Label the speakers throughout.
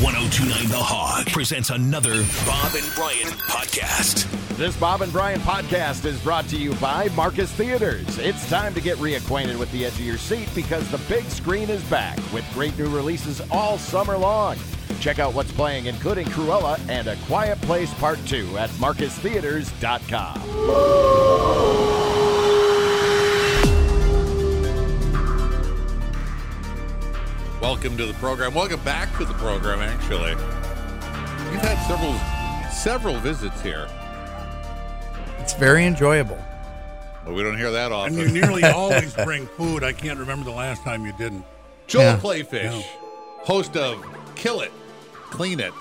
Speaker 1: 1029 The Hog presents another Bob and Brian podcast.
Speaker 2: This Bob and Brian podcast is brought to you by Marcus Theaters. It's time to get reacquainted with the edge of your seat because the big screen is back with great new releases all summer long. Check out what's playing, including Cruella and A Quiet Place Part 2 at marcustheaters.com.
Speaker 3: Welcome to the program. Welcome back to the program, actually. You've had several several visits here.
Speaker 4: It's very enjoyable.
Speaker 3: But we don't hear that
Speaker 5: And you
Speaker 3: often.
Speaker 5: nearly always bring food. I can't remember the last time you didn't.
Speaker 3: Joel
Speaker 4: Yeah.
Speaker 3: Playfish, host of Kill It, Clean It,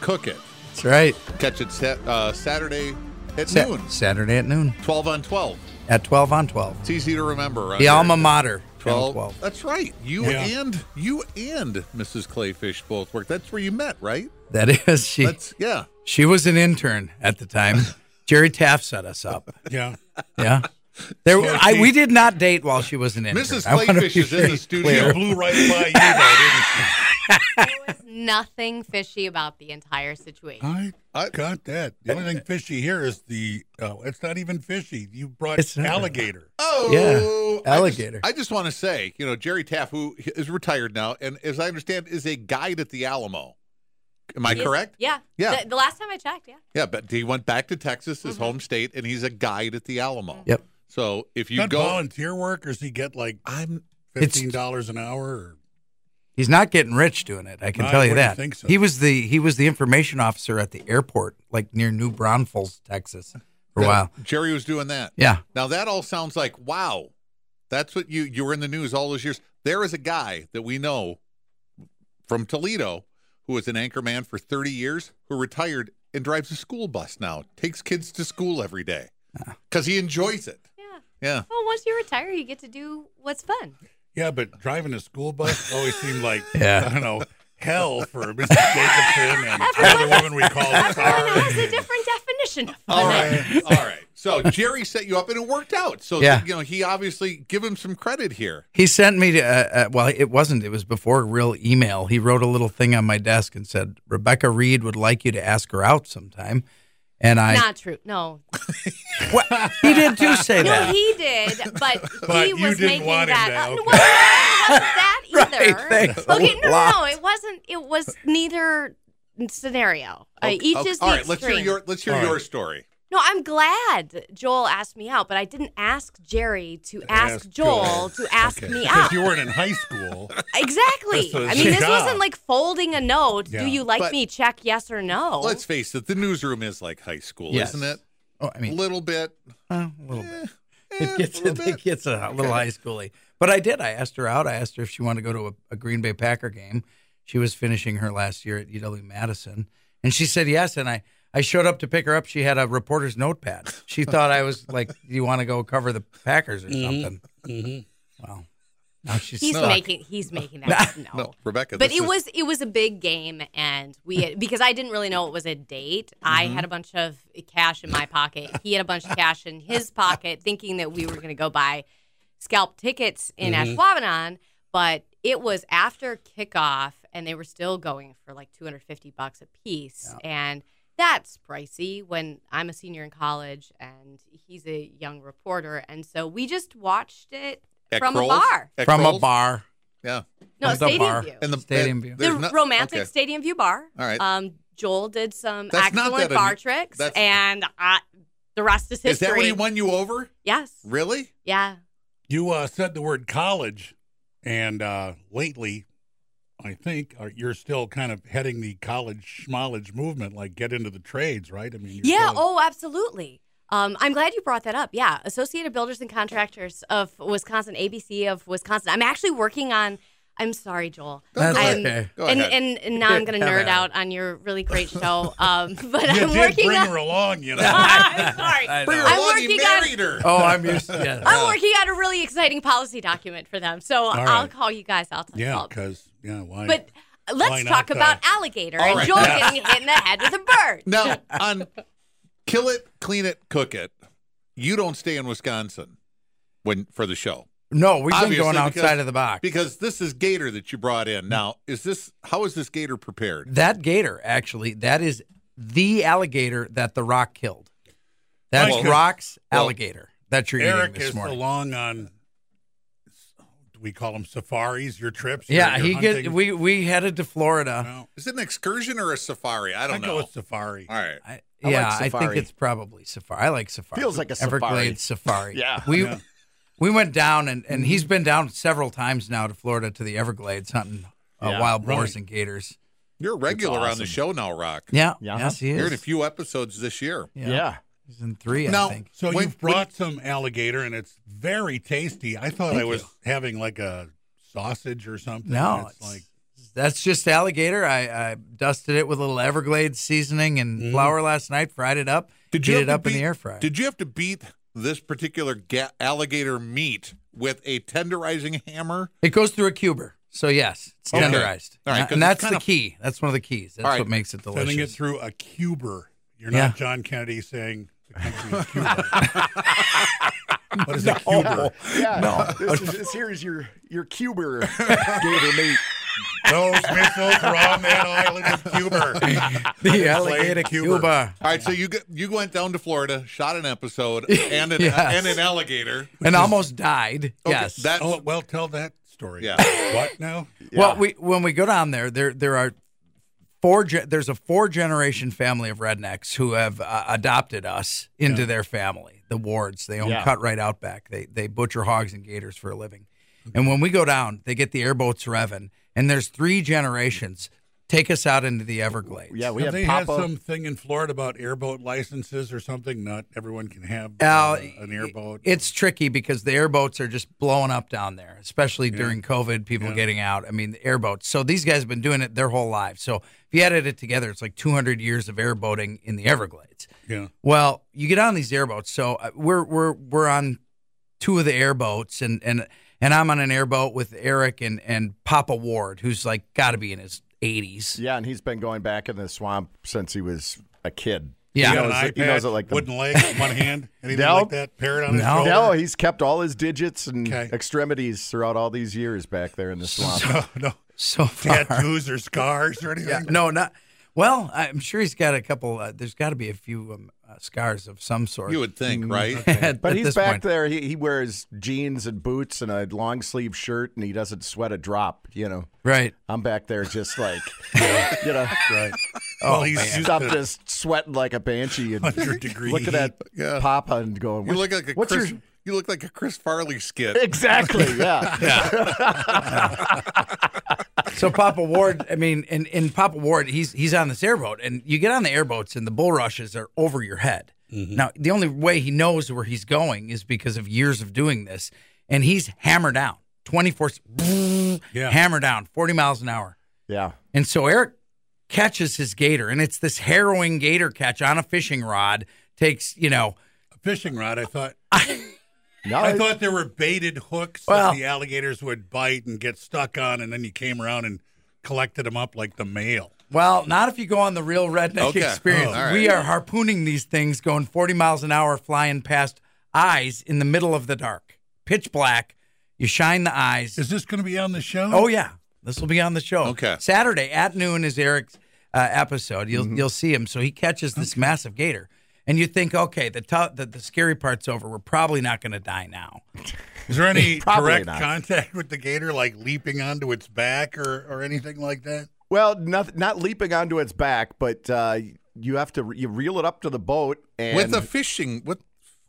Speaker 3: Cook It.
Speaker 4: That's right.
Speaker 3: Catch it sat, uh, Saturday at
Speaker 4: Sa-
Speaker 3: noon,
Speaker 4: Saturday at noon
Speaker 3: 12 on 12.
Speaker 4: at 12 on 12.
Speaker 3: It's easy to remember.
Speaker 4: The alma mater. channel
Speaker 3: 12. That's right. You
Speaker 5: Yeah.
Speaker 3: and you and Mrs. Clayfish both work. That's where you met, right?
Speaker 4: That is, she,
Speaker 3: That's yeah.
Speaker 4: she was an intern at the time. Jerry Taft set us up.
Speaker 5: Yeah.
Speaker 4: Yeah. There,
Speaker 5: Yeah,
Speaker 4: I, we
Speaker 5: she-
Speaker 4: did not date while she was an intern.
Speaker 3: Mrs.
Speaker 4: I wanna
Speaker 3: Clayfish
Speaker 4: be
Speaker 3: is in the
Speaker 4: very
Speaker 3: studio.
Speaker 4: clear.
Speaker 3: Blew right by you, though, didn't she?
Speaker 6: nothing fishy about the entire situation.
Speaker 5: I
Speaker 3: I-
Speaker 5: got that. The only thing fishy here is the, oh, it's not even fishy. You brought
Speaker 4: It's not.
Speaker 5: alligator.
Speaker 3: Oh,
Speaker 4: Yeah, alligator.
Speaker 3: I just, want to say, you know, Jerry Taff, who is retired now, and as I understand, is a guide at the Alamo. Am I
Speaker 6: Yes.
Speaker 3: correct?
Speaker 6: Yeah.
Speaker 3: Yeah.
Speaker 6: The, the last time I checked, yeah.
Speaker 3: Yeah, but he went back to Texas,
Speaker 6: Mm-hmm.
Speaker 3: his home state, and he's a guide at the Alamo.
Speaker 4: Yep.
Speaker 3: So if you
Speaker 5: You that
Speaker 3: go,
Speaker 5: volunteer work, or does he get like
Speaker 3: I'm
Speaker 4: It's-
Speaker 5: fifteen dollars an hour? Or,
Speaker 4: He's not getting rich doing it. I can
Speaker 5: I
Speaker 4: tell you that.
Speaker 5: wouldn't think so.
Speaker 4: He was the he was the information officer at the airport, like near New Braunfels, Texas, for a while.
Speaker 3: Jerry was doing that.
Speaker 4: Yeah,
Speaker 3: Now that all sounds like wow. That's what you you were in the news all those years. There is a guy that we know from Toledo who was an anchor man for 30 years who retired and drives a school bus now. Takes kids to school every day cuz he enjoys it.
Speaker 6: Yeah.
Speaker 3: Yeah.
Speaker 6: Well, once you retire, you get to do what's fun.
Speaker 5: yeah, but driving a school bus always seemed like
Speaker 4: Yeah.
Speaker 5: I don't know hell for Mrs. Jacobson and the other woman we called
Speaker 6: Everyone has a
Speaker 5: Sarah.
Speaker 6: different definition of
Speaker 3: All
Speaker 6: fun.
Speaker 3: right. all right. So Jerry set you up and it worked out. So
Speaker 4: Yeah.
Speaker 3: you know, he obviously give him some credit here.
Speaker 4: He sent me to, uh, uh, well, it wasn't, it was before real email. He wrote a little thing on my desk and said, Rebecca Reed would like you to ask her out sometime. And I,
Speaker 6: Not true. No.
Speaker 4: What? he did do say
Speaker 6: No,
Speaker 4: that.
Speaker 6: he did, but,
Speaker 5: But
Speaker 6: he
Speaker 5: you
Speaker 6: was
Speaker 5: didn't
Speaker 6: making
Speaker 5: want him
Speaker 6: that
Speaker 5: to,
Speaker 6: up.
Speaker 5: okay.
Speaker 6: Well, no, it
Speaker 4: Right,
Speaker 6: wasn't that either.
Speaker 4: thanks a
Speaker 6: okay, no, no, no,
Speaker 4: lot.
Speaker 6: it wasn't. It was neither scenario. Uh, each
Speaker 3: Okay,
Speaker 6: is the
Speaker 3: all right, let's
Speaker 6: extreme.
Speaker 3: hear your let's hear
Speaker 5: All right.
Speaker 3: your story.
Speaker 6: No, I'm glad Joel asked me out, but I didn't ask Jerry to ask,
Speaker 5: Ask
Speaker 6: Joel,
Speaker 5: Joel.
Speaker 6: to ask me out.
Speaker 5: Because you weren't in high school.
Speaker 6: Exactly.
Speaker 5: This was
Speaker 6: I mean, this
Speaker 5: job.
Speaker 6: wasn't like folding a note.
Speaker 5: Yeah.
Speaker 6: Do you like
Speaker 3: But-
Speaker 6: me? Check yes or no.
Speaker 3: Let's face it, the newsroom is like high school,
Speaker 4: Yes.
Speaker 3: isn't it?
Speaker 4: Oh, I
Speaker 3: A
Speaker 4: mean,
Speaker 3: little bit.
Speaker 4: uh, a little bit.
Speaker 3: eh,
Speaker 4: It gets,
Speaker 3: a little bit.
Speaker 4: it gets a little high schooly. But I did. I asked her out. I asked her if she wanted to go to a, a Green Bay Packer game. She was finishing her last year at UW Madison. And she said yes. And I, I showed up to pick her up. She had a reporter's notepad. She thought I was like, Do you want to go cover the Packers or
Speaker 3: Mm-hmm.
Speaker 4: something? Wow. Now she's
Speaker 6: he's
Speaker 4: stuck.
Speaker 6: making he's making that no.
Speaker 3: No, Rebecca.
Speaker 6: But
Speaker 3: this
Speaker 6: it
Speaker 3: is-
Speaker 6: was it was a big game, and we had, because I didn't really know it was a date. I had a
Speaker 4: Mm-hmm.
Speaker 6: bunch of cash in my pocket. He had a bunch of cash in his pocket, thinking that we were going to go buy scalp tickets in
Speaker 4: Mm-hmm.
Speaker 6: Ashwaubenon. But it was after kickoff, and they were still going for like 250 bucks a piece, and that's pricey when I'm a senior in college and he's a young reporter, and so we just watched it
Speaker 3: At
Speaker 6: from
Speaker 3: Kroll's?
Speaker 6: a bar.
Speaker 3: At
Speaker 4: From a
Speaker 3: Kroll's?
Speaker 4: bar.
Speaker 3: Yeah.
Speaker 4: From
Speaker 6: No,
Speaker 4: the
Speaker 6: Stadium
Speaker 4: bar.
Speaker 6: View.
Speaker 3: And the
Speaker 4: Stadium
Speaker 3: and
Speaker 4: view.
Speaker 3: there's
Speaker 6: the
Speaker 3: not-
Speaker 6: romantic
Speaker 3: okay.
Speaker 6: stadium view bar.
Speaker 3: All right.
Speaker 6: Um, Joel did some
Speaker 3: That's not
Speaker 6: excellent
Speaker 3: that
Speaker 6: bar
Speaker 3: un-
Speaker 6: tricks,
Speaker 3: that's-
Speaker 6: and I, the rest is history.
Speaker 3: Is that when he won you over?
Speaker 6: Yes.
Speaker 3: Really?
Speaker 6: Yeah.
Speaker 5: You uh, said the word college, and uh, lately, I think uh, you're still kind of heading the college schmollage movement, like get into the trades, right? I mean, you're
Speaker 6: Yeah.
Speaker 5: still-
Speaker 6: Oh, absolutely. Um, I'm glad you brought that up. Yeah, Associated Builders and Contractors of Wisconsin, ABC of Wisconsin. I'm actually working on. I'm sorry, Joel.
Speaker 3: No,
Speaker 4: That's
Speaker 3: go ahead.
Speaker 6: I'm,
Speaker 4: okay.
Speaker 3: Go
Speaker 6: and,
Speaker 3: ahead.
Speaker 6: and and now I'm going to
Speaker 4: Have at it.
Speaker 6: nerd out on your really great show. Um, but
Speaker 5: you
Speaker 6: I'm
Speaker 5: did
Speaker 6: working
Speaker 5: bring
Speaker 6: on.
Speaker 5: her along, you know.
Speaker 6: I'm sorry.
Speaker 4: I
Speaker 3: Bring her
Speaker 4: know.
Speaker 6: I'm
Speaker 3: along, he
Speaker 6: working on-
Speaker 3: married her.
Speaker 4: Oh, I'm used to yeah.
Speaker 6: I'm working on a really exciting policy document for them, so
Speaker 5: right.
Speaker 6: I'll call you guys. I'll tell you.
Speaker 5: yeah,
Speaker 6: all.
Speaker 5: because yeah, why?
Speaker 6: But
Speaker 5: Why
Speaker 6: let's
Speaker 5: not,
Speaker 6: talk
Speaker 5: though?
Speaker 6: about alligator
Speaker 3: uh, All
Speaker 6: and
Speaker 3: right.
Speaker 6: Joel
Speaker 3: Yeah.
Speaker 6: getting hit in the head with a bird.
Speaker 3: Now, on kill it, clean it, cook it. You don't stay in Wisconsin when for the show.
Speaker 4: No, we've been
Speaker 3: Obviously,
Speaker 4: going
Speaker 3: because-
Speaker 4: outside of the box.
Speaker 3: Because this is gator that you brought in. Now, is this how is this gator prepared?
Speaker 4: that gator, actually, that is the alligator that The Rock killed. That's
Speaker 5: Mike,
Speaker 4: Rock's
Speaker 3: well,
Speaker 4: alligator that you're
Speaker 5: Eric
Speaker 4: eating this
Speaker 5: is
Speaker 4: morning.
Speaker 5: along on. Do we call them safaris? Your trips? your-
Speaker 4: yeah,
Speaker 5: your
Speaker 4: he gets.
Speaker 5: hunting?
Speaker 4: We we headed to Florida.
Speaker 5: No,
Speaker 3: Is it an excursion or a safari? I
Speaker 5: I
Speaker 3: don't
Speaker 5: go
Speaker 3: know.
Speaker 5: with safari.
Speaker 3: All right.
Speaker 4: I,
Speaker 2: I like
Speaker 4: yeah, I think
Speaker 2: safari.
Speaker 4: it's probably safari. I like safari.
Speaker 2: Feels like a safari.
Speaker 4: Everglades safari.
Speaker 2: Yeah.
Speaker 4: we
Speaker 5: Yeah.
Speaker 4: we went down and, and he's
Speaker 2: Mm-hmm.
Speaker 4: been down several times now to Florida to the Everglades hunting uh,
Speaker 2: Yeah.
Speaker 4: wild boars
Speaker 5: Right.
Speaker 4: and gators.
Speaker 3: You're a regular on the
Speaker 2: awesome.
Speaker 3: show now, Rock.
Speaker 4: Yeah,
Speaker 2: Yeah.
Speaker 4: yes he
Speaker 3: You're in a
Speaker 4: is.
Speaker 3: few episodes this year.
Speaker 2: Yeah.
Speaker 4: He's in three,
Speaker 3: now,
Speaker 4: I think.
Speaker 5: So
Speaker 3: when-
Speaker 5: you've brought some alligator, and it's very tasty. I thought I was having like a sausage or something.
Speaker 4: No,
Speaker 5: it's,
Speaker 4: it's-
Speaker 5: like
Speaker 4: that's just alligator. I, I dusted it with a little Everglades seasoning and flour last night, fried it up,
Speaker 3: Mm-hmm. Did
Speaker 4: heat
Speaker 3: you have
Speaker 4: it
Speaker 3: to
Speaker 4: up in
Speaker 3: beat-
Speaker 4: the air fryer.
Speaker 3: Did you have to beat this particular ga- alligator meat with a tenderizing hammer?
Speaker 4: it goes through a cuber. So yes, it's
Speaker 3: Okay.
Speaker 4: tenderized.
Speaker 3: All right, 'cause
Speaker 4: and
Speaker 3: it's
Speaker 4: that's the
Speaker 3: kinda-
Speaker 4: key. That's one of the keys. That's
Speaker 3: All right.
Speaker 4: what makes it delicious.
Speaker 5: sending it through a cuber. You're
Speaker 4: Yeah.
Speaker 5: not John Kennedy saying the country is Cuba. what is a cuber?
Speaker 2: Yeah, This, is, this here is your your cuber gator meat.
Speaker 5: Those missiles were on that island of Cuba.
Speaker 4: the alligator
Speaker 5: cuber.
Speaker 4: cuba.
Speaker 3: All right, so you g- you went down to Florida, shot an episode and an
Speaker 4: Yes.
Speaker 3: and an alligator.
Speaker 4: and almost died.
Speaker 3: Okay,
Speaker 4: yes.
Speaker 3: That's
Speaker 5: Oh well, tell that story.
Speaker 3: Yeah.
Speaker 5: What now?
Speaker 4: Well, we when we go down there, there there are four. Ge- there's a four generation family of rednecks who have uh, adopted us into their family. The Wards. They own
Speaker 2: Yeah.
Speaker 4: cut right out back. They they butcher hogs and gators for a living. And when we go down, they get the airboats revving, and there's three generations take us out into the Everglades.
Speaker 2: Yeah, we
Speaker 5: Have
Speaker 2: have
Speaker 5: they had
Speaker 2: Papa.
Speaker 5: something in Florida about airboat licenses or something? Not everyone can have uh,
Speaker 4: Al,
Speaker 5: an airboat.
Speaker 4: It's tricky because the airboats are just blowing up down there, especially during COVID, people getting out. I mean, the airboats. So these guys have been doing it their whole lives. So if you added it together, it's like 200 years of airboating in the Everglades.
Speaker 5: yeah.
Speaker 4: Well, you get on these airboats. So uh, we're we're we're on two of the airboats, and and and I'm on an airboat with Eric and and Papa Ward, who's like got to be in his 80s.
Speaker 2: yeah, and he's been going back in the swamp since he was a kid.
Speaker 4: Yeah.
Speaker 5: He
Speaker 2: he
Speaker 5: got
Speaker 2: knows,
Speaker 5: an iPad,
Speaker 2: he knows it like the-
Speaker 5: wooden leg, one hand, anything
Speaker 2: No.
Speaker 5: like that. Parrot on his
Speaker 4: No.
Speaker 5: shoulder.
Speaker 2: No, he's kept all his digits and
Speaker 5: Oh, Okay.
Speaker 2: extremities throughout all these years back there in the swamp.
Speaker 5: So, no
Speaker 4: So far.
Speaker 5: tattoos or scars or anything.
Speaker 4: Yeah, no, not. Well, I'm sure he's got a couple. Uh, there's got to be a few um, uh, scars of some sort.
Speaker 3: you would think,
Speaker 4: Mm,
Speaker 3: right?
Speaker 4: At-
Speaker 2: But
Speaker 4: at
Speaker 2: he's
Speaker 4: this
Speaker 2: back
Speaker 4: point.
Speaker 2: there. He, he wears jeans and boots and a long sleeve shirt, and he doesn't sweat a drop. You know,
Speaker 4: right?
Speaker 2: I'm back there just like, you know,
Speaker 5: Right. well, he's used
Speaker 2: Oh, stop
Speaker 5: to
Speaker 2: just sweating like a banshee and
Speaker 5: 100 degree
Speaker 2: looking at
Speaker 3: Yeah.
Speaker 2: Papa and going,
Speaker 3: You
Speaker 2: "What-
Speaker 3: look like a
Speaker 2: what's
Speaker 3: Chris,
Speaker 2: your
Speaker 3: you look like a Chris Farley skit.
Speaker 2: exactly? Yeah,
Speaker 4: So Papa Ward, I mean, and, and Papa Ward, he's he's on this airboat, and you get on the airboats, and the bulrushes are over your head.
Speaker 3: Mm-hmm.
Speaker 4: Now, the only way he knows where he's going is because of years of doing this, and he's hammered down, twenty four,
Speaker 5: Yeah.
Speaker 4: hammer down, forty miles an hour.
Speaker 2: yeah.
Speaker 4: And so Eric catches his gator, and it's this harrowing gator catch on a fishing rod. Takes you know,
Speaker 5: a fishing rod. I thought
Speaker 2: No,
Speaker 5: I
Speaker 2: it-
Speaker 5: thought there were baited hooks
Speaker 4: Well-
Speaker 5: that the alligators would bite and get stuck on, and then you came around and collected them up like the mail.
Speaker 4: well, not if you go on the real redneck
Speaker 3: Okay.
Speaker 4: experience.
Speaker 3: Oh, all right.
Speaker 4: We are harpooning these things, going 40 miles an hour, flying past eyes in the middle of the dark, pitch black. You shine the eyes.
Speaker 5: Is this going to be on the show?
Speaker 4: Oh yeah, this will be on the show.
Speaker 3: Okay. Mm-hmm.
Speaker 4: Saturday at noon is Eric's uh, episode. You'll you'll see him. So he catches this massive gator, and you think, okay, the tou- the, the scary part's over. We're probably not going to die now.
Speaker 5: Is there any
Speaker 2: Probably
Speaker 5: direct
Speaker 2: not.
Speaker 5: contact with the gator, like leaping onto its back or, or anything like that?
Speaker 2: Well, not not leaping onto its back, but uh, you have to you reel it up to the boat and
Speaker 3: with a fishing with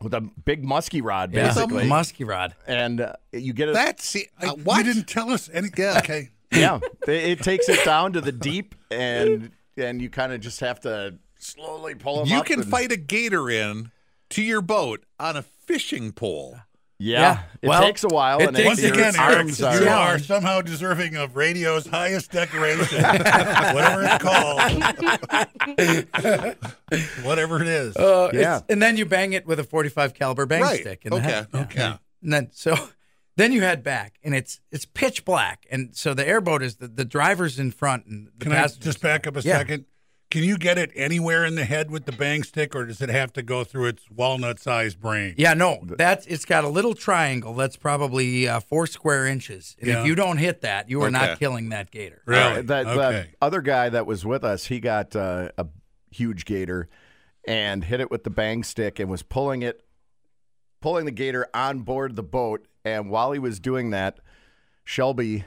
Speaker 2: with a big musky rod,
Speaker 4: Yeah.
Speaker 2: basically,
Speaker 4: musky rod.
Speaker 2: and uh, you get it.
Speaker 3: that see
Speaker 5: I,
Speaker 3: uh, what
Speaker 5: You didn't tell us any. Okay.
Speaker 2: yeah, it, it takes it down to the deep, and and you kind of just have to slowly pull them.
Speaker 3: you
Speaker 2: up
Speaker 3: can
Speaker 2: and-
Speaker 3: fight a gator in to your boat on a fishing pole.
Speaker 2: Yeah,
Speaker 4: Yeah,
Speaker 2: it
Speaker 4: well,
Speaker 2: takes a while.
Speaker 4: it
Speaker 2: and
Speaker 4: takes-
Speaker 5: Once
Speaker 2: it's your
Speaker 5: again, Eric,
Speaker 2: arms
Speaker 5: you
Speaker 2: are.
Speaker 5: are somehow deserving of radio's highest decoration, whatever it's called, whatever it is.
Speaker 4: Uh,
Speaker 2: Yeah.
Speaker 4: it's- And then you bang it with a 45 caliber bang
Speaker 3: Right.
Speaker 4: stick. In the
Speaker 3: Okay.
Speaker 4: head. Yeah.
Speaker 5: Okay.
Speaker 4: And then so then you head back and it's it's pitch black and so the airboat is the, the driver's in front and the
Speaker 5: Can I
Speaker 4: passenger.
Speaker 5: just back up a
Speaker 4: Yeah.
Speaker 5: second? Can you get it anywhere in the head with the bang stick, or does it have to go through its walnut-sized brain?
Speaker 4: Yeah, no, that's it's got a little triangle that's probably uh, four square inches, and
Speaker 5: Yeah.
Speaker 4: if you don't hit that, you are
Speaker 3: Okay.
Speaker 4: not killing that gator.
Speaker 5: Really?
Speaker 2: Uh, that, that
Speaker 5: okay.
Speaker 2: other guy that was with us, he got uh, a huge gator and hit it with the bang stick and was pulling it, pulling the gator on board the boat. And while he was doing that, Shelby,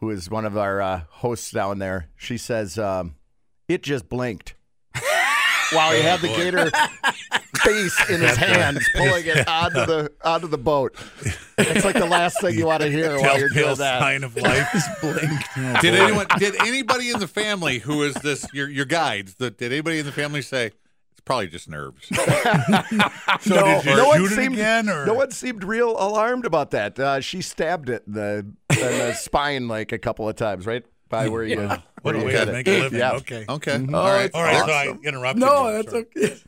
Speaker 2: who is one of our uh, hosts down there, she says, um, "It just blinked." while
Speaker 5: Oh,
Speaker 2: he had the gator face in his hands, pulling it onto the onto the boat. It's like the last thing you want to hear while you're doing
Speaker 5: Telltale
Speaker 2: that.
Speaker 5: sign of life is blink. Oh,
Speaker 3: Did
Speaker 5: boy.
Speaker 3: anyone? Did anybody in the family who is this your your guides? The, did anybody in the family say it's probably just nerves?
Speaker 5: So
Speaker 2: no,
Speaker 5: did you
Speaker 2: no one
Speaker 5: shoot it
Speaker 2: seemed,
Speaker 5: again, or
Speaker 2: no one seemed real alarmed about that. Uh, she stabbed it in the, in the spine like a couple of times, right by where you.
Speaker 5: What
Speaker 2: where
Speaker 5: a
Speaker 2: you
Speaker 5: way
Speaker 2: got
Speaker 5: to
Speaker 2: it.
Speaker 5: make a living.
Speaker 2: Yeah.
Speaker 5: Okay.
Speaker 3: Okay,
Speaker 4: Mm-hmm.
Speaker 2: Oh,
Speaker 3: all right,
Speaker 2: it's
Speaker 5: All right. So
Speaker 2: Awesome.
Speaker 5: I interrupted.
Speaker 4: No,
Speaker 5: you.
Speaker 4: Oh, that's
Speaker 5: Sorry.
Speaker 4: okay.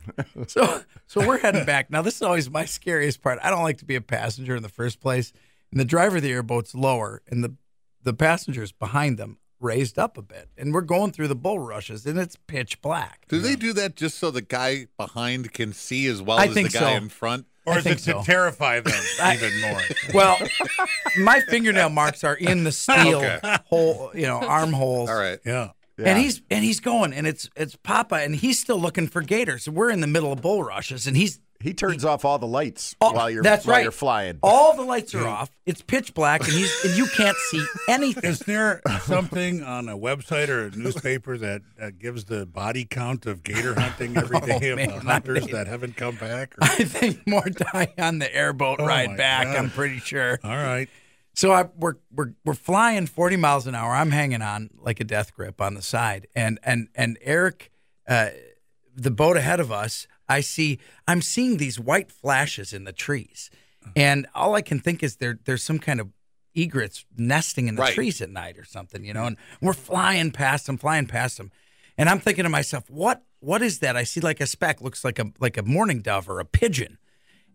Speaker 4: So, so we're heading back now. This is always my scariest part. I don't like to be a passenger in the first place, and the driver of the airboat's lower, and the the passengers behind them raised up a bit, and we're going through the bulrushes, and it's pitch black.
Speaker 3: Do they do that just so the guy behind can see as well
Speaker 4: I
Speaker 3: as
Speaker 4: think
Speaker 3: the guy
Speaker 4: so.
Speaker 3: in front?
Speaker 5: Or
Speaker 4: I
Speaker 5: is
Speaker 4: think
Speaker 5: it
Speaker 4: so.
Speaker 5: to terrify them even more?
Speaker 4: Well, my fingernail marks are in the steel
Speaker 3: Okay.
Speaker 4: hole, you know, armholes.
Speaker 3: All right.
Speaker 5: Yeah.
Speaker 4: And he's and he's going, and it's it's Papa, and he's still looking for gators. We're in the middle of bulrushes, and he's
Speaker 2: He turns off all the lights
Speaker 4: Oh,
Speaker 2: while you're
Speaker 4: that's
Speaker 2: while
Speaker 4: right. Oh.
Speaker 2: you're flying.
Speaker 4: all the lights are off. It's pitch black, and he's and you can't see anything.
Speaker 5: Is there something on a website or a newspaper that, that gives the body count of gator hunting every day of
Speaker 4: Oh, man,
Speaker 5: the
Speaker 4: I
Speaker 5: hunters
Speaker 4: mean-
Speaker 5: that haven't come back? Or,
Speaker 4: I think more die on the airboat
Speaker 5: Oh, my
Speaker 4: ride back.
Speaker 5: God. Uh,
Speaker 4: I'm pretty sure.
Speaker 5: all right.
Speaker 4: So I, we're we're we're flying 40 miles an hour. I'm hanging on like a death grip on the side, and and and Eric, uh, the boat ahead of us. I see. I'm seeing these white flashes in the trees, and all I can think is there there's some kind of egrets nesting in the
Speaker 3: Right.
Speaker 4: trees at night or something, you know. And we're flying past them, flying past them, and I'm thinking to myself, what what is that? I see like a speck, looks like a like a mourning dove or a pigeon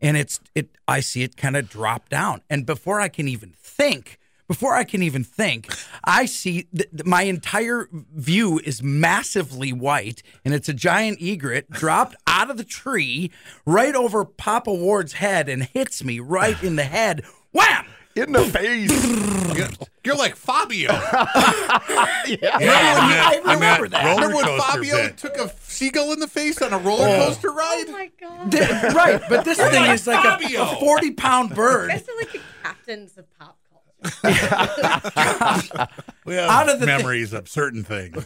Speaker 4: and it's it I see it kind of drop down and before I can even think before I can even think I see th- th- my entire view is massively white and it's a giant egret dropped out of the tree right over Papa Ward's head and hits me right in the head wham
Speaker 2: in the face.
Speaker 3: You're, you're like Fabio.
Speaker 5: Yeah, I'm
Speaker 4: I
Speaker 5: at- I'm at
Speaker 4: remember that.
Speaker 5: roller
Speaker 3: Remember when
Speaker 5: coaster
Speaker 3: Fabio
Speaker 5: bit.
Speaker 3: took a seagull in the face on a roller coaster ride?
Speaker 6: Oh my god!
Speaker 4: Th- right but this thing is like a,
Speaker 3: Fabio.
Speaker 4: a 40 pound
Speaker 6: You guys
Speaker 4: bird
Speaker 6: are like the captains of pop culture.
Speaker 5: We have
Speaker 4: out of the thing-
Speaker 5: memories of certain things.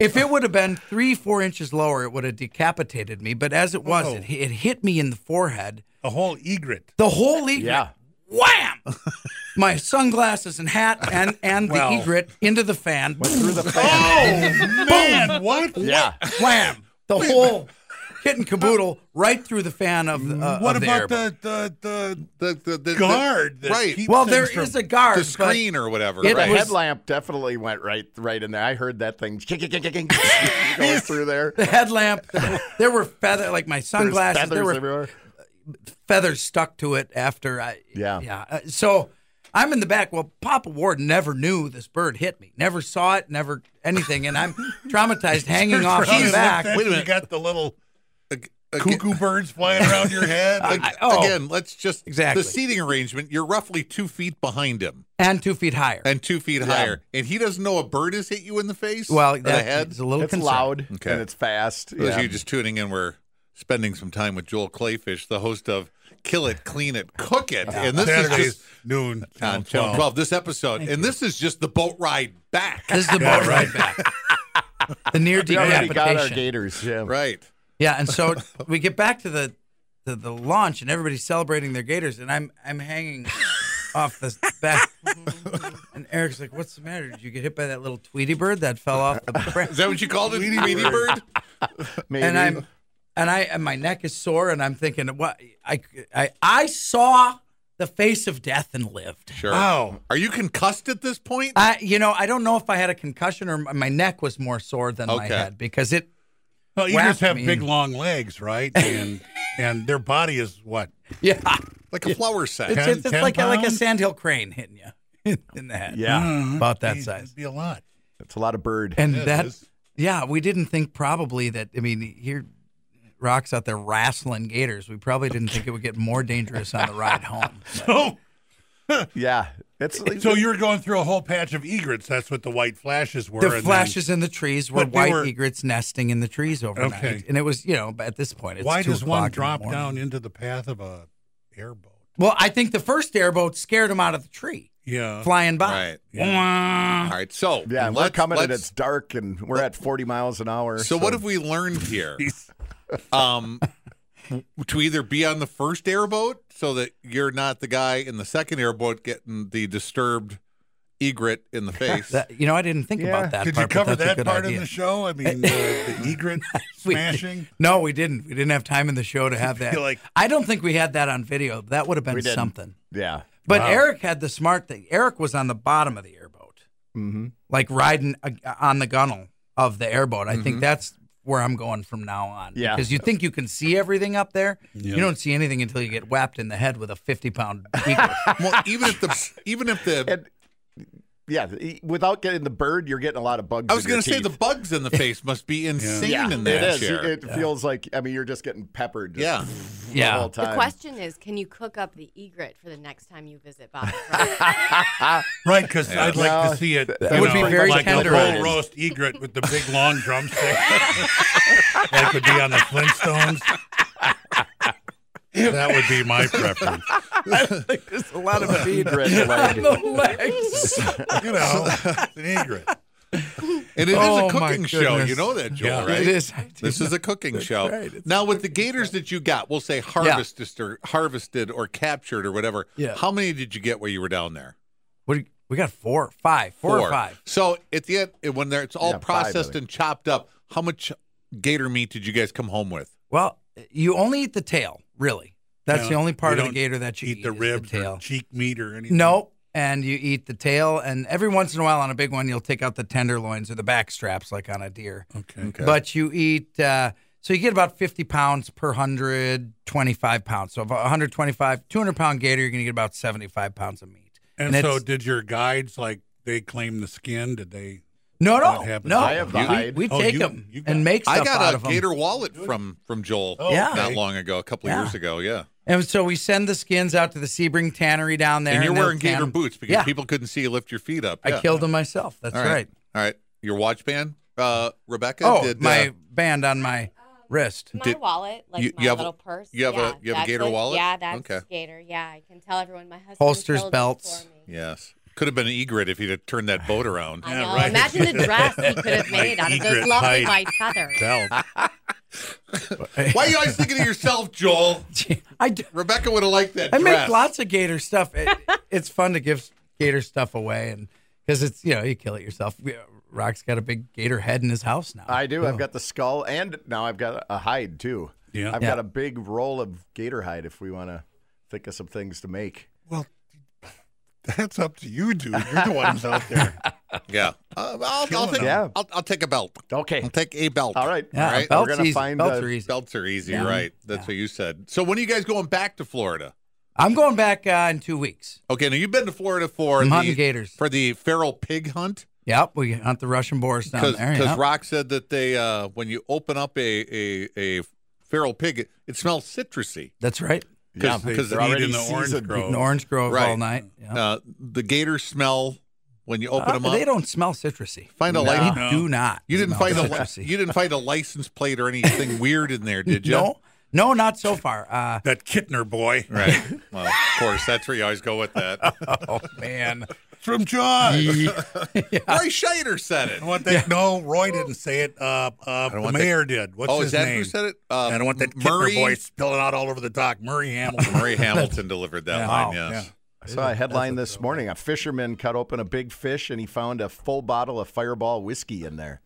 Speaker 4: if it would have been three four inches lower it would have decapitated me but as it was
Speaker 6: Oh.
Speaker 5: Whoa.
Speaker 4: it, it hit me in the forehead
Speaker 5: A whole egret.
Speaker 4: The whole egret.
Speaker 2: Yeah.
Speaker 4: Wham! My sunglasses and hat and and
Speaker 5: Well.
Speaker 4: the egret into the fan.
Speaker 2: through the
Speaker 4: Oh,
Speaker 2: fan.
Speaker 5: Man, what?
Speaker 2: Yeah.
Speaker 4: Wham! The whole kit and caboodle right through the fan of the. Uh,
Speaker 5: What
Speaker 4: of
Speaker 5: about
Speaker 4: the? airboat.
Speaker 5: the, the, the,
Speaker 3: The, the, the,
Speaker 5: guard?
Speaker 3: the,
Speaker 5: that
Speaker 3: right,
Speaker 5: keeps
Speaker 4: Well, there
Speaker 5: things from-
Speaker 4: is a guard.
Speaker 3: the screen or whatever.
Speaker 4: It
Speaker 2: The
Speaker 3: right.
Speaker 4: was-
Speaker 2: headlamp definitely went right right in there. I heard that thing going through there.
Speaker 4: But the headlamp. There were feather like my
Speaker 2: There's
Speaker 4: sunglasses.
Speaker 2: feathers
Speaker 4: There were
Speaker 2: everywhere.
Speaker 4: feathers stuck to it after I.
Speaker 2: Yeah.
Speaker 4: Yeah. Uh, so. I'm in the back. Well, Papa Ward never knew this bird hit me. Never saw it. Never anything. And I'm traumatized, hanging off
Speaker 5: He's
Speaker 4: the back.
Speaker 5: Wait a minute. You got the little
Speaker 3: Ag- ag-
Speaker 5: cuckoo birds flying around your head.
Speaker 3: ag-
Speaker 4: I- oh.
Speaker 3: Again, let's just
Speaker 4: Exactly.
Speaker 3: the seating arrangement. You're roughly two feet behind him
Speaker 4: and two feet higher.
Speaker 3: and two feet higher, and he doesn't know a bird has hit you in the face. or
Speaker 4: Well,
Speaker 3: the head.
Speaker 4: that's a little
Speaker 2: It's
Speaker 4: concerned.
Speaker 2: loud
Speaker 3: Okay.
Speaker 2: and it's fast.
Speaker 3: Those of
Speaker 2: Yeah.
Speaker 3: you just tuning in, we're spending some time with Joel Clayfish, the host of Kill It, Clean It, Cook It, and this
Speaker 5: Saturdays
Speaker 3: is just
Speaker 5: noon.
Speaker 3: on Channel 12. This episode, and this is just the boat ride back.
Speaker 4: This is the
Speaker 5: Yeah,
Speaker 4: boat
Speaker 5: right.
Speaker 4: ride back. The near
Speaker 2: we already got our
Speaker 4: decapitation.
Speaker 2: gators. Yeah.
Speaker 3: Right.
Speaker 4: Yeah, and so we get back to the, the the launch, and everybody's celebrating their gators, and I'm I'm hanging off the back, and Eric's like, "What's the matter? Did you get hit by that little Tweety bird that fell off the?" branch?"
Speaker 3: Is that what you called it? Tweety bird?
Speaker 2: Maybe.
Speaker 4: and I'm and I and my neck is sore, and I'm thinking, "What? I I I saw the face of death and lived."
Speaker 3: Sure.
Speaker 5: Wow.
Speaker 3: Are you concussed at this point?
Speaker 4: I, you know, I don't know if I had a concussion or my my neck was more sore than my
Speaker 3: Okay.
Speaker 4: head because it
Speaker 5: Well, you
Speaker 4: Whack
Speaker 5: just have
Speaker 4: me.
Speaker 5: big, long legs, right? And and their body is what?
Speaker 4: Yeah,
Speaker 3: like a flower sack.
Speaker 4: it's, it's, it's
Speaker 5: 10
Speaker 4: like a, like a
Speaker 5: pounds?
Speaker 4: sandhill crane hitting you in the head.
Speaker 2: yeah.
Speaker 4: about that
Speaker 5: That'd
Speaker 4: size.
Speaker 5: be a lot.
Speaker 2: It's a lot of bird.
Speaker 4: Mm-hmm. And
Speaker 5: Yeah, it
Speaker 4: that
Speaker 5: is.
Speaker 4: Yeah, we didn't think probably that. I mean, here rocks out there wrestling gators. We probably didn't think it would get more dangerous on the ride home.
Speaker 5: Oh,
Speaker 2: Yeah, it's
Speaker 5: so you were going through a whole patch of egrets. That's what the white flashes were. and
Speaker 4: the
Speaker 5: then-
Speaker 4: flashes in the trees were
Speaker 5: But they
Speaker 4: white
Speaker 5: were-
Speaker 4: egrets nesting in the trees overnight,
Speaker 5: Okay.
Speaker 4: and it was you know at this point it's
Speaker 5: why
Speaker 4: two
Speaker 5: does one
Speaker 4: o'clock in the
Speaker 5: drop
Speaker 4: morning.
Speaker 5: down into the path of a airboat?
Speaker 4: Well, I think the first airboat scared him out of the tree,
Speaker 5: Yeah.
Speaker 4: flying by.
Speaker 3: Right. All right. So
Speaker 2: yeah. and We're
Speaker 3: let's-
Speaker 2: coming and
Speaker 3: let's-
Speaker 2: it's dark and we're at 40 miles an hour.
Speaker 3: So what have we learned here? Um, to either be on the first airboat so that you're not the guy in the second airboat getting the disturbed egret in the face.
Speaker 4: That- you know, I didn't think
Speaker 2: Yeah.
Speaker 4: about that.
Speaker 5: Did
Speaker 4: part,
Speaker 5: you cover
Speaker 4: but that's a
Speaker 5: that
Speaker 4: good
Speaker 5: part
Speaker 4: idea.
Speaker 5: in the show? I mean, uh, the egret
Speaker 4: We-
Speaker 5: smashing.
Speaker 4: No, we didn't. We didn't have time in the show to have that.
Speaker 5: You're like-
Speaker 4: I don't think we had that on video. That would have been
Speaker 2: didn't.
Speaker 4: something.
Speaker 2: Yeah.
Speaker 4: But Eric had the smart thing. Eric was on the bottom of the airboat,
Speaker 2: Mm-hmm.
Speaker 4: like riding uh, on the gunnel of the airboat. I
Speaker 3: Mm-hmm.
Speaker 4: think that's where I'm going from now on.
Speaker 2: Yeah.
Speaker 4: Because you think you can see everything up there.
Speaker 5: Yeah.
Speaker 4: You don't see anything until you get whapped in the head with a 50 pound eagle.
Speaker 3: well, even if the even if the
Speaker 2: And yeah, e- without getting the bird, you're getting a lot of bugs.
Speaker 3: I was
Speaker 2: going to
Speaker 3: say the bugs in the face must be insane
Speaker 2: yeah,
Speaker 3: in that
Speaker 2: it is.
Speaker 3: chair.
Speaker 2: It feels like I mean you're just getting peppered. just
Speaker 3: yeah.
Speaker 2: The
Speaker 4: yeah.
Speaker 2: whole time.
Speaker 6: The question is, can you cook up the egret for the next time you visit Bob's Rock?
Speaker 5: Right, because
Speaker 3: Yeah.
Speaker 5: I'd like
Speaker 2: No,
Speaker 5: to see it. That
Speaker 4: would be very
Speaker 5: like
Speaker 4: tender.
Speaker 5: a whole roast egret with the big long drumstick, like would be on the Flintstones. That would be my preference.
Speaker 4: There's a lot of feed
Speaker 2: Egret leg.
Speaker 4: the legs.
Speaker 5: You know, it's an egret.
Speaker 3: And it is
Speaker 4: Oh,
Speaker 3: a
Speaker 4: my
Speaker 3: cooking show. You
Speaker 4: goodness.
Speaker 3: know that, Joel,
Speaker 5: Yeah.
Speaker 3: right?
Speaker 4: It is. I do
Speaker 3: This is a cooking show.
Speaker 4: right. It's
Speaker 3: now, with the gators that you got, we'll say harvested or harvested or captured or whatever.
Speaker 4: Yeah.
Speaker 3: How many did you get while you were down there?
Speaker 4: What do you- we got four, five, four or five.
Speaker 3: So at the end, it- when they're, it's all
Speaker 2: Yeah, five, I
Speaker 3: processed
Speaker 2: think.
Speaker 3: and chopped up, how much gator meat did you guys come home with?
Speaker 4: Well, you only eat the tail, really. That's
Speaker 5: Yeah.
Speaker 4: the only part
Speaker 5: You
Speaker 4: of the
Speaker 5: don't
Speaker 4: gator that you eat.
Speaker 5: Eat the
Speaker 4: is
Speaker 5: ribs
Speaker 4: tail.
Speaker 5: or cheek meat or anything.
Speaker 4: No, and you eat the tail, and every once in a while on a big one, you'll take out the tenderloins or the back straps, like on a deer.
Speaker 5: Okay.
Speaker 4: But you eat, uh, so you get about 50 pounds per 125 pounds. So, if a 125, 200 pound gator, you're going to get about 75 pounds of meat.
Speaker 5: And, so,
Speaker 4: it's-
Speaker 5: did your guides like they claim the skin? Did they?
Speaker 4: no,
Speaker 5: what
Speaker 4: no,
Speaker 5: happens?
Speaker 4: no.
Speaker 2: I have the
Speaker 4: we,
Speaker 2: hide.
Speaker 4: we
Speaker 5: Oh,
Speaker 4: take
Speaker 5: you-
Speaker 4: them
Speaker 5: you got-
Speaker 4: and make stuff
Speaker 3: I
Speaker 4: out
Speaker 3: got
Speaker 4: of
Speaker 3: a
Speaker 4: them.
Speaker 3: gator wallet from from Joel
Speaker 4: Yeah.
Speaker 3: not long ago, a couple of
Speaker 4: Yeah.
Speaker 3: years ago. Yeah,
Speaker 4: And so we send the skins out to the Sebring Tannery down there.
Speaker 3: and you're
Speaker 4: they'll
Speaker 3: wearing gator
Speaker 4: can-
Speaker 3: boots because
Speaker 4: Yeah.
Speaker 3: people couldn't see you lift your feet up.
Speaker 4: I killed them myself. That's
Speaker 3: All
Speaker 4: right.
Speaker 3: All right. Your watch band, uh, Rebecca.
Speaker 4: Oh,
Speaker 3: did,
Speaker 4: my
Speaker 3: uh,
Speaker 4: band on my wrist.
Speaker 6: my
Speaker 3: Did-
Speaker 6: wallet, like
Speaker 3: you-
Speaker 6: my
Speaker 3: you have a-
Speaker 6: little purse.
Speaker 3: you have a-
Speaker 6: yeah,
Speaker 3: you have a
Speaker 6: that's
Speaker 3: gator
Speaker 6: what-
Speaker 3: wallet?
Speaker 6: Yeah, that's
Speaker 3: Okay.
Speaker 6: gator. Yeah, I can tell everyone my husband
Speaker 4: Holsters,
Speaker 6: killed it
Speaker 4: belts.
Speaker 6: for me.
Speaker 3: yes, could have been an egret if you'd have turned that boat around.
Speaker 6: I
Speaker 5: Yeah,
Speaker 6: know.
Speaker 5: right.
Speaker 6: Imagine the dress he could have made out of those
Speaker 5: Egret
Speaker 6: lovely
Speaker 5: hide.
Speaker 6: white feathers.
Speaker 5: Tell.
Speaker 3: Why are you always thinking of yourself, Joel?
Speaker 4: I, d-
Speaker 3: Rebecca would have liked that.
Speaker 4: I make
Speaker 3: dress.
Speaker 4: lots of gator stuff. It, it's fun to give gator stuff away, and because it's you know you kill it yourself. We- Rock's got a big gator head in his house now.
Speaker 2: I do. I've got the skull, and now I've got a hide too.
Speaker 5: Yeah.
Speaker 2: I've
Speaker 4: Yeah.
Speaker 2: got a big roll of gator hide. If we want to think of some things to make,
Speaker 5: Well, that's up to you, dude. You're the ones out there.
Speaker 3: Yeah, uh, I'll, I'll, take,
Speaker 2: Yeah.
Speaker 3: I'll, I'll take a belt.
Speaker 2: Okay.
Speaker 3: I'll take a belt.
Speaker 2: all right.
Speaker 4: Yeah,
Speaker 3: All right.
Speaker 4: belts,
Speaker 2: We're gonna
Speaker 4: easy.
Speaker 2: find
Speaker 4: belts
Speaker 2: a-
Speaker 4: are easy.
Speaker 3: Belts are easy,
Speaker 4: Yeah.
Speaker 3: right? That's what you said. So when are you guys going back to Florida?
Speaker 4: I'm going back uh, in two weeks.
Speaker 3: Okay, now you've been to Florida for
Speaker 4: I'm
Speaker 3: the
Speaker 4: hunting gators.
Speaker 3: for the feral pig hunt
Speaker 4: Yep, we hunt the Russian boars down
Speaker 3: because
Speaker 4: there. Yep.
Speaker 3: Rock said that they uh, when you open up a a, a feral pig, it, it smells citrusy.
Speaker 4: That's right.
Speaker 3: Because
Speaker 5: They
Speaker 3: because
Speaker 5: eat
Speaker 2: already
Speaker 5: in the orange
Speaker 2: seasoned.
Speaker 5: grove.
Speaker 4: In Orange Grove
Speaker 3: Oh, Right.
Speaker 4: all night. Yeah.
Speaker 3: uh, the gators smell when you open
Speaker 4: Uh,
Speaker 3: them up.
Speaker 4: They don't smell citrusy.
Speaker 3: Find a
Speaker 4: they
Speaker 3: light.
Speaker 5: No.
Speaker 4: do not.
Speaker 3: You didn't
Speaker 4: smell
Speaker 3: find a li-
Speaker 4: citrusy.
Speaker 3: you didn't find a license plate or anything weird in there, did you?
Speaker 4: No, no, not so far. Uh,
Speaker 5: That Kittner boy
Speaker 3: Right. Well, of course, that's where you always go with that.
Speaker 4: oh man.
Speaker 5: from John.
Speaker 3: Roy Scheider said it.
Speaker 5: I want that. No, Roy didn't say it. Uh, uh, the
Speaker 3: want that-
Speaker 5: mayor did. What's
Speaker 3: oh,
Speaker 5: his
Speaker 3: is that
Speaker 5: name?
Speaker 3: who said it? Uh,
Speaker 5: I don't want that Kittner
Speaker 3: Murray.
Speaker 5: boy spilling out all over the dock. Murray Hamilton.
Speaker 3: Murray Hamilton delivered that
Speaker 4: Yeah.
Speaker 3: line.
Speaker 4: Wow.
Speaker 3: Yes.
Speaker 5: Yeah. Oh,
Speaker 2: I saw a headline this morning. A fisherman cut open a big fish and he found a full bottle of Fireball whiskey in there.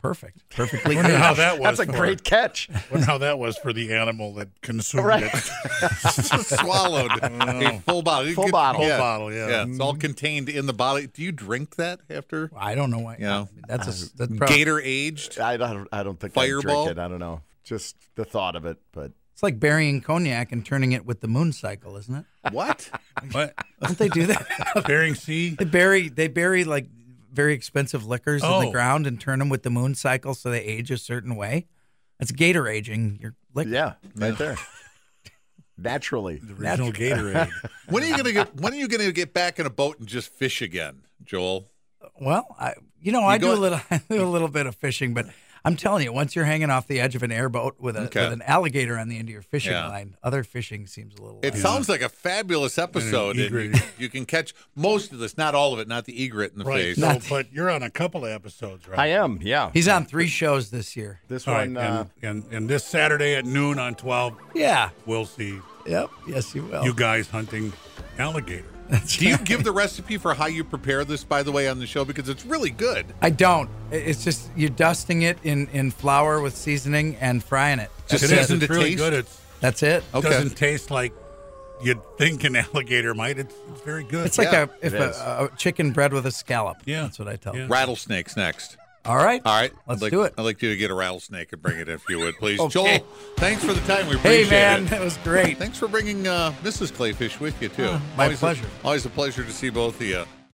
Speaker 4: Perfect. Perfectly
Speaker 5: Wonder how
Speaker 4: clean.
Speaker 5: that was.
Speaker 2: That's a
Speaker 5: for,
Speaker 2: great catch.
Speaker 5: Wonder how that was for the animal that consumed
Speaker 2: Right.
Speaker 5: it.
Speaker 3: swallowed a full bottle. You
Speaker 2: Full bottle.
Speaker 5: Oh, Full bottle, yeah. Mm-hmm.
Speaker 3: it's all contained in the bottle. Do you drink that after
Speaker 4: I don't know why.
Speaker 3: Yeah. Uh,
Speaker 4: I mean, that's a that's probably,
Speaker 3: Gator aged?
Speaker 2: I don't. I don't think I'd drink
Speaker 3: Fireball?
Speaker 2: it. I don't know. Just the thought of it, but
Speaker 4: It's like burying cognac and turning it with the moon cycle, isn't it?
Speaker 3: What?
Speaker 5: What?
Speaker 4: Don't they do that?
Speaker 5: Bering Sea?
Speaker 4: they bury they bury like very expensive liquors in
Speaker 5: Oh.
Speaker 4: the ground and turn them with the moon cycle so they age a certain way. That's gator aging your liquor.
Speaker 2: Yeah, right there. Naturally.
Speaker 5: The original Gatorade.
Speaker 3: When are you gonna get? When are you gonna get back in a boat and just fish again, Joel?
Speaker 4: Well, I you know I do
Speaker 3: go-
Speaker 4: a little I do a little bit of fishing, but I'm telling you, once you're hanging off the edge of an airboat with, a,
Speaker 3: Okay.
Speaker 4: with an alligator on the end of your fishing
Speaker 3: Yeah.
Speaker 4: line, other fishing seems a little.
Speaker 3: It
Speaker 4: less-
Speaker 3: sounds like a fabulous episode. And you,
Speaker 5: egret.
Speaker 3: you can catch most of this, not all of it, not the egret in the
Speaker 5: right.
Speaker 3: face.
Speaker 5: So, but you're on a couple of episodes, right?
Speaker 2: I am, yeah.
Speaker 4: He's on three shows this year.
Speaker 2: this
Speaker 5: All right.
Speaker 2: one, uh,
Speaker 5: and, and, and this Saturday at noon on 12,
Speaker 4: Yeah.
Speaker 5: we'll see
Speaker 4: Yep. Yes, you
Speaker 3: Oh.
Speaker 4: will.
Speaker 5: you guys hunting alligator.
Speaker 3: Do you give the recipe for how you prepare this, by the way, on the show? Because it's really good.
Speaker 4: I don't. I- It's just you're dusting it in in flour with seasoning and frying it.
Speaker 3: Just
Speaker 4: That's
Speaker 3: season to
Speaker 4: it.
Speaker 5: it's really
Speaker 3: taste?
Speaker 5: good. It's
Speaker 4: That's it.
Speaker 3: Okay.
Speaker 5: doesn't taste like you'd think an alligator might. It's, it's very good.
Speaker 4: It's like
Speaker 3: Yeah,
Speaker 4: a if
Speaker 2: it is.
Speaker 4: a, a chicken bread with a scallop.
Speaker 5: Yeah.
Speaker 4: That's what I tell.
Speaker 5: Yeah.
Speaker 4: them.
Speaker 3: Rattlesnakes next.
Speaker 4: All right.
Speaker 3: All right.
Speaker 4: Let's
Speaker 3: I'd like,
Speaker 4: do it.
Speaker 3: I'd like you to get a rattlesnake and bring it if you would, please.
Speaker 4: Okay.
Speaker 3: Joel, thanks for the time. We appreciate
Speaker 4: Hey man,
Speaker 3: it.
Speaker 4: that was great.
Speaker 3: Thanks for bringing uh, Mrs. Clayfish with you, too.
Speaker 4: Ah, my
Speaker 3: always
Speaker 4: pleasure.
Speaker 3: A, always a pleasure to see both of you.